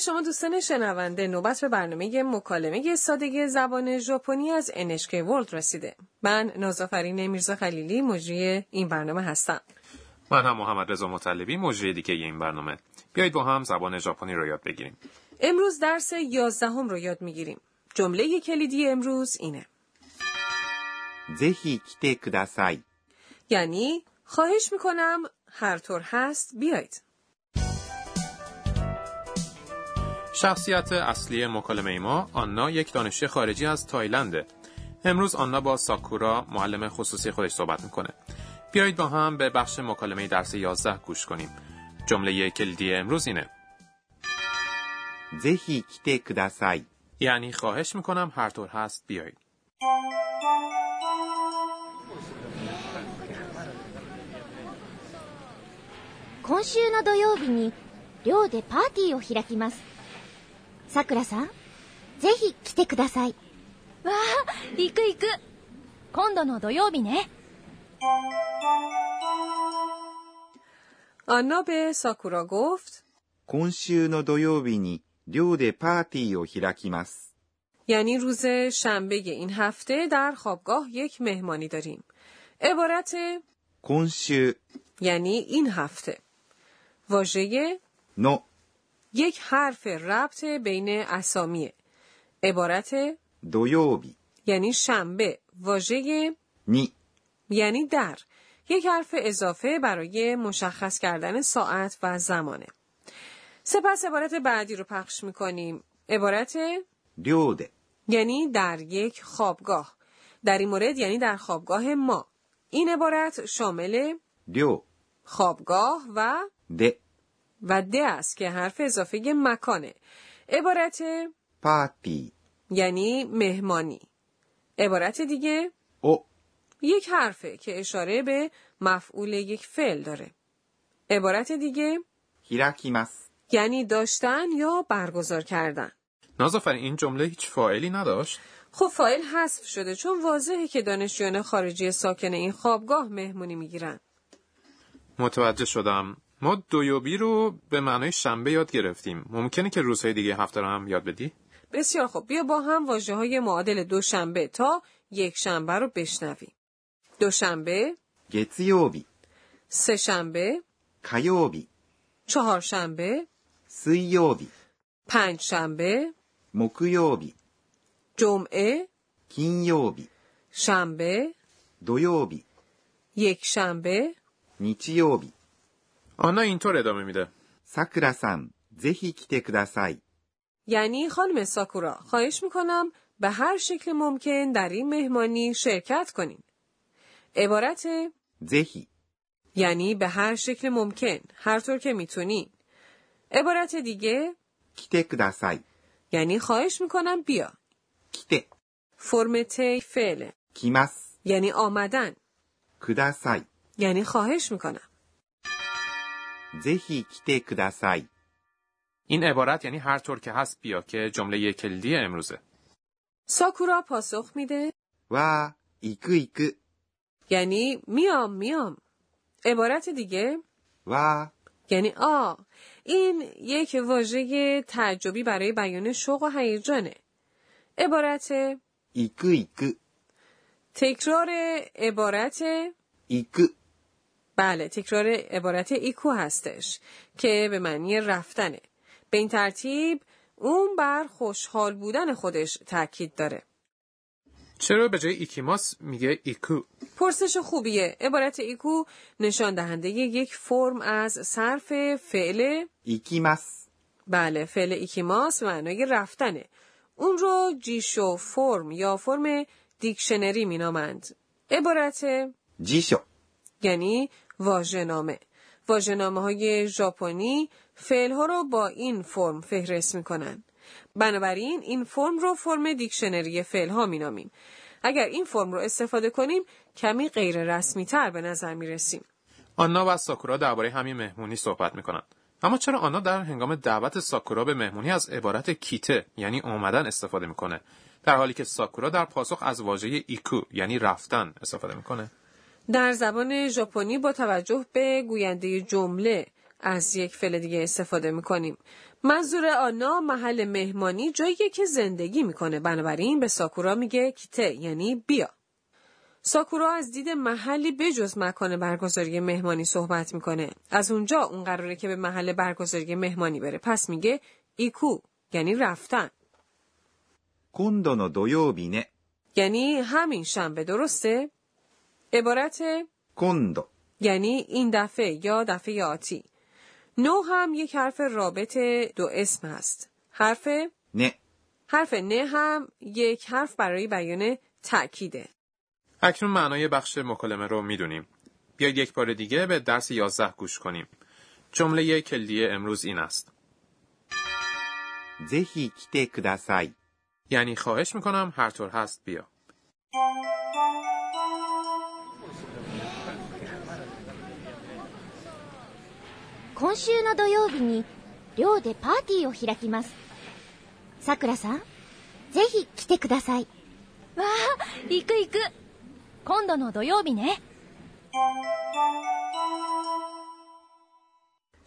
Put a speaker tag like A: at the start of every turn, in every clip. A: شما دوستان شنونده نوبت به برنامه مکالمه سادگی زبان ژاپنی از NHK World رسیده. من نازافرین میرزا خلیلی مجری این برنامه هستم.
B: من هم محمد رضا مطلبی مجری دیگه این برنامه. بیایید با هم زبان ژاپنی رو یاد بگیریم.
A: امروز درس 11 هم رو یاد میگیریم. جمله کلیدی امروز اینه.
C: ぜひ来てください。
A: یعنی خواهش میکنم هر طور هست بیایید.
B: شخصیت اصلی مکالمه ما آنا یک دانشجوی خارجی از تایلنده. امروز آنا با ساکورا معلم خصوصی خودش صحبت میکنه. بیایید با هم به بخش مکالمه درس 11 گوش کنیم. جمله کلیدی امروز اینه.
C: ぜひ来てください。
B: یعنی خواهش میکنم هر طور هست بیایید.
D: 「今週の土曜日に寮でパーティーを開きますさくらさんぜひ来てくださいわあ行く行く今度の土曜日ね
A: آنا به ساکورا گفت
C: 今週の土曜日に寮でパーティーを開きます。
A: یعنی روز شنبه این هفته در خوابگاه یک مهمانی داریم. عبارت
C: 今週
A: یعنی این هفته. واژه
C: の
A: یک حرف ربط بین اسامیه. عبارت
C: 土曜日
A: یعنی شنبه واژه
C: に
A: یعنی در یک حرف اضافه برای مشخص کردن ساعت و زمانه. سپس عبارت بعدی رو پخش میکنیم. عبارت
C: 寮で
A: یعنی در یک خوابگاه. در این مورد یعنی در خوابگاه ما. این عبارت شامل
C: 寮
A: خوابگاه و
C: で
A: و ده است که حرف اضافه مکانه. عبارت
C: パーティ
A: یعنی مهمانی. عبارت دیگه
C: ーを
A: یک حرفه که اشاره به مفعول یک فعل داره. عبارت دیگه
C: 開きます。
A: یعنی داشتن یا برگزار کردن.
B: نازافر این جمله هیچ فاعلی نداشت.
A: خب فاعل حذف شده چون واضحه که دانشجویان خارجی ساکن این خوابگاه مهمونی میگیرن.
B: متوجه شدم. ما دویوبی رو به معنای شنبه یاد گرفتیم. ممکنه که روزهای دیگه هفته رو هم یاد بدی؟
A: بسیار خب بیا با هم واجه های معادل دوشنبه تا یک شنبه رو بشنویم. دوشنبه،
C: 月曜日、
A: سه شنبه،
C: 火曜日、
A: چهار شنبه،
C: 水曜日、
A: پنج شنبه،
C: 木曜日、
A: جمعه،
C: 金曜日、
A: شنبه،
C: 土曜日、
A: یک شنبه،
C: 日曜日。
B: آنا اینطور ادامه میده.
C: さくらさん、ぜひ来てください。
A: یعنی خانم ساکورا خواهش میکنم به هر شکل ممکن در این مهمانی شرکت کنین. عبارت
C: ぜひ、
A: یعنی به هر شکل ممکن هر طور که میتونین. عبارت دیگه
C: 来てください。
A: یعنی خواهش میکنم بیا.
C: 来て、
A: فرم تی فعله
C: 来ます。
A: یعنی آمدن
C: ください。
A: یعنی خواهش میکنم.
C: ぜひ来てください。
B: این عبارت یعنی هر طور که هست بیا که جمله کلیدی امروزه.
A: ساکورا پاسخ میده
C: わー、行く行く。
A: یعنی میام میام. عبارت دیگه
C: わ
A: یعنی آ این یک واژه تعجبی برای بیان شوق و هیجانه عبارت
C: ー、行く行く。
A: تکرار عبارت
C: 行く、
A: بله تکرار عبارت ایکو هستش که به معنی رفتنه به این ترتیب اون بر خوشحال بودن خودش تاکید داره
B: چرا به جای ایکیماس میگه ایکو؟
A: پرسش خوبیه عبارت ایکو نشان دهنده یک فرم از صرف فعل
C: 行きます。
A: بله فعل ایکیماس معنای رفتنه اون رو جیشو فرم یا فرم دیکشنری مینامند عبارت
C: 辞書、
A: یعنی واژه‌نامه واژه‌نامه های ژاپنی فعل ها رو با این فرم فهرست میکنن بنابراین این فرم رو فرم دیکشنری فعل ها مینامیم اگر این فرم رو استفاده کنیم کمی غیر رسمی تر به نظر میرسیم
B: آنا و ساکورا درباره همین مهمونی صحبت میکنن. اما چرا آنا در هنگام دعوت ساکورا به مهمونی از عبارت کیته یعنی اومدن استفاده میکنه در حالی که ساکورا در پاسخ از واژه ایکو یعنی رفتن استفاده میکنه
A: در زبان ژاپنی با توجه به گوینده جمله از یک فعل دیگه استفاده میکنیم منظور آنا محل مهمانی جاییه که زندگی میکنه بنابراین به ساکورا میگه کیته یعنی بیا ساکورا از دید محلی بجز مکان برگزاری مهمانی صحبت میکنه از اونجا اون قراره که به محل برگزاری مهمانی بره پس میگه ایکو یعنی رفتن
C: 今度の土曜日ね。
A: یعنی همین شنبه درسته عبارت
C: 今度。
A: یعنی این دفعه یا دفعه آتی نو هم یک حرف رابط دو اسم هست حرف
C: ね。
A: حرف نه هم یک حرف برای بیان تأکیده
B: اکنون معنای بخش مکالمه رو میدونیم. بیاید یک بار دیگه به درس 11 گوش کنیم. جمله کلیه امروز این است.
C: ぜひ来てください。
B: یعنی خواهش میکنم هر طور هست بیا.
D: 「今週の土曜日に寮でパーティーを開きます」「さくらさんぜひ来てください」わあ行く行く今度の土曜日ね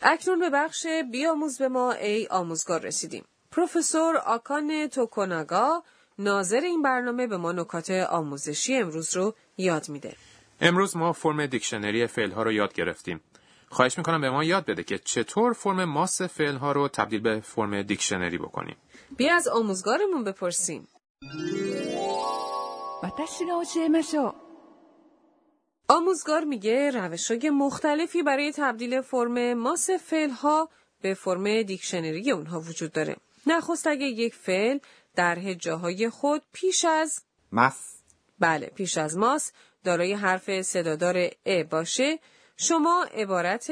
A: اکنون به بخش بیاموز به ما ای آموزگار رسیدیم. پروفسور آکان توکوناگا ناظر این برنامه به ما نکات آموزشی امروز رو یاد میده.
B: امروز ما فرم دیکشنری فعل ها رو یاد گرفتیم. خواهش میکنم به ما یاد بده که چطور فرم ماس فعل ها رو تبدیل به فرم دیکشنری بکنیم.
A: بیا از آموزگارمون بپرسیم.
E: 私が教えましょう
A: آموزگار میگه روشای مختلفی برای تبدیل فرم ماس فعل ها به فرم دیکشنری اونها وجود داره. نخست اگه یک فعل در جاهای خود پیش از
C: ます。
A: بله پیش از ماس دارای حرف صدادار ا باشه شما عبارت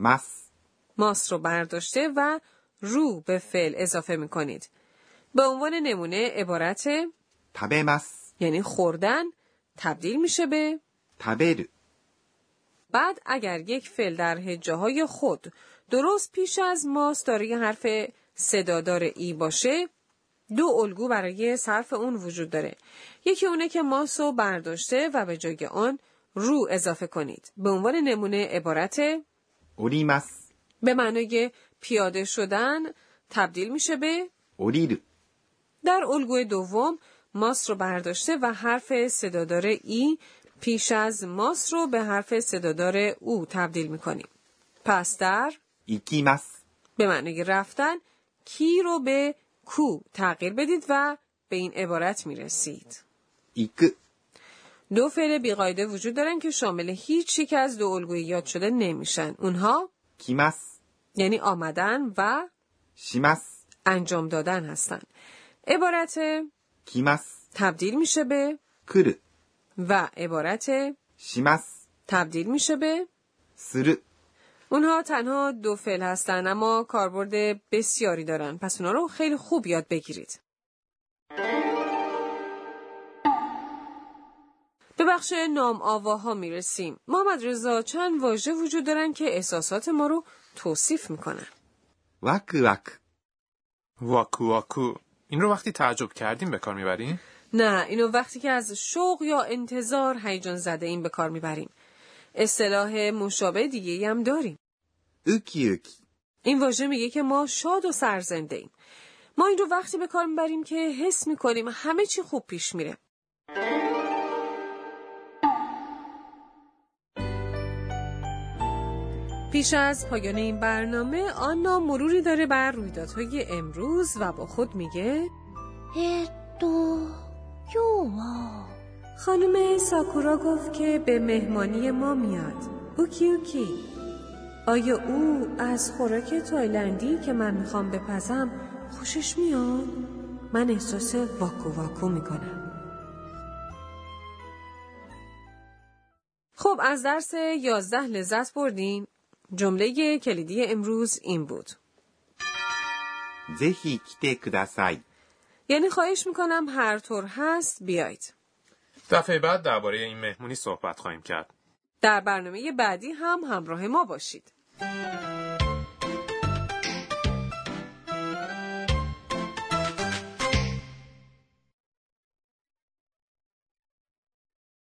C: ます。
A: ماس رو برداشته و رو به فعل اضافه می کنید. به عنوان نمونه عبارت
C: 食べます。
A: یعنی خوردن تبدیل میشه به
C: 食べる。
A: بعد اگر یک فعل در هجاهای خود درست پیش از ماس دارای حرف صدادار ای باشه دو الگو برای صرف اون وجود داره یکی اونه که ماس رو برداشته و به جای آن رو اضافه کنید به عنوان نمونه عبارت
C: 降ります。
A: به معنای پیاده شدن تبدیل میشه به
C: 降りる。
A: در الگوی دوم ماس رو برداشته و حرف صدادار ای پیش از ماس رو به حرف صدادار او تبدیل میکنیم. پس در
C: 行きます。
A: به معنای رفتن کی رو به کو تغییر بدید و به این عبارت میرسید.
C: 行く。
A: دو فعل بیقاعده وجود دارن که شامل هیچ یک از دو الگوی یاد شده نمیشن. اونها
C: 来ます。
A: یعنی آمدن و
C: します。
A: انجام دادن هستن. عبارت
C: 来ます。
A: تبدیل میشه به
C: 来る。
A: و عبارت
C: します。
A: تبدیل میشه به
C: する。
A: اونها تنها دو فعل هستن اما کاربرد بسیاری دارن پس اونا رو خیلی خوب یاد بگیرید به بخش نام آواها میرسیم محمد رضا چند واژه وجود دارن که احساسات ما رو توصیف میکنن
C: ワクワク。
B: واکو واکو این رو وقتی تعجب کردیم به کار میبریم؟
A: نه اینو وقتی که از شوق یا انتظار هیجان زده این به کار میبریم اصطلاح مشابه دیگه هم داریم
C: ウキウキ。
A: این واژه میگه که ما شاد و سرزنده ایم. ما این رو وقتی به کار میبریم که حس میکنیم همه چی خوب پیش میره. پیش از پایان این برنامه آنا مروری داره بر رویدادهای امروز و با خود میگه
D: えー、っと今日は
A: خانم ساکورا گفت که به مهمانی ما میاد اوکی اوکی آیا او از خوراک تایلندی که من میخوام بپزم خوشش میاد؟ من احساس واکو واکو میکنم خب از درس یازده لذت بردین جمله کلیدی امروز این بود
C: ぜひ来てください。
A: یعنی خواهش میکنم هر طور هست بیاید
B: دفعه بعد درباره این مهمونی صحبت خواهیم کرد.
A: در برنامه بعدی هم همراه ما باشید